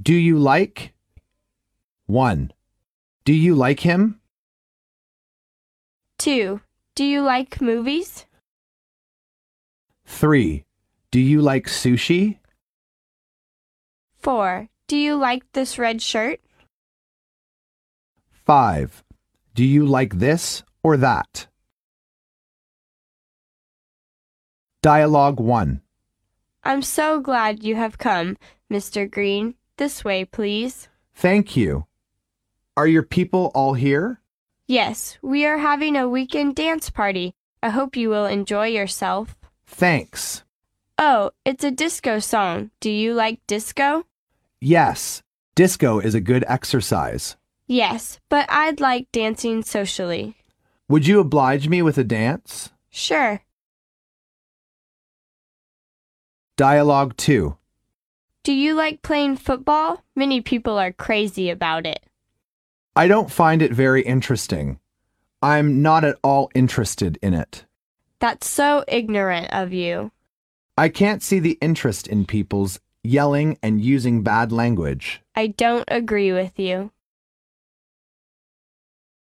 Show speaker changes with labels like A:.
A: Do you like? 1. Do you like him?
B: 2. Do you like movies?
A: 3. Do you like sushi?
B: 4. Do you like this red shirt?
A: 5. Do you like this or that? Dialogue 1.
B: I'm so glad you have come, Mr. Green. This way, please.
A: Thank you. Are your people all here?
B: Yes, we are having a weekend dance party. I hope you will enjoy yourself.
A: Thanks.
B: Oh, it's a disco song. Do you like disco?
A: Yes, disco is a good exercise.
B: Yes, but I'd like dancing socially.
A: Would you oblige me with a dance?
B: Sure.
A: Dialogue 2.
B: Do you like playing football? Many people are crazy about it.
A: I don't find it very interesting. I'm not at all interested in it.
B: That's so ignorant of you.
A: I can't see the interest in people's yelling and using bad language.
B: I don't agree with you.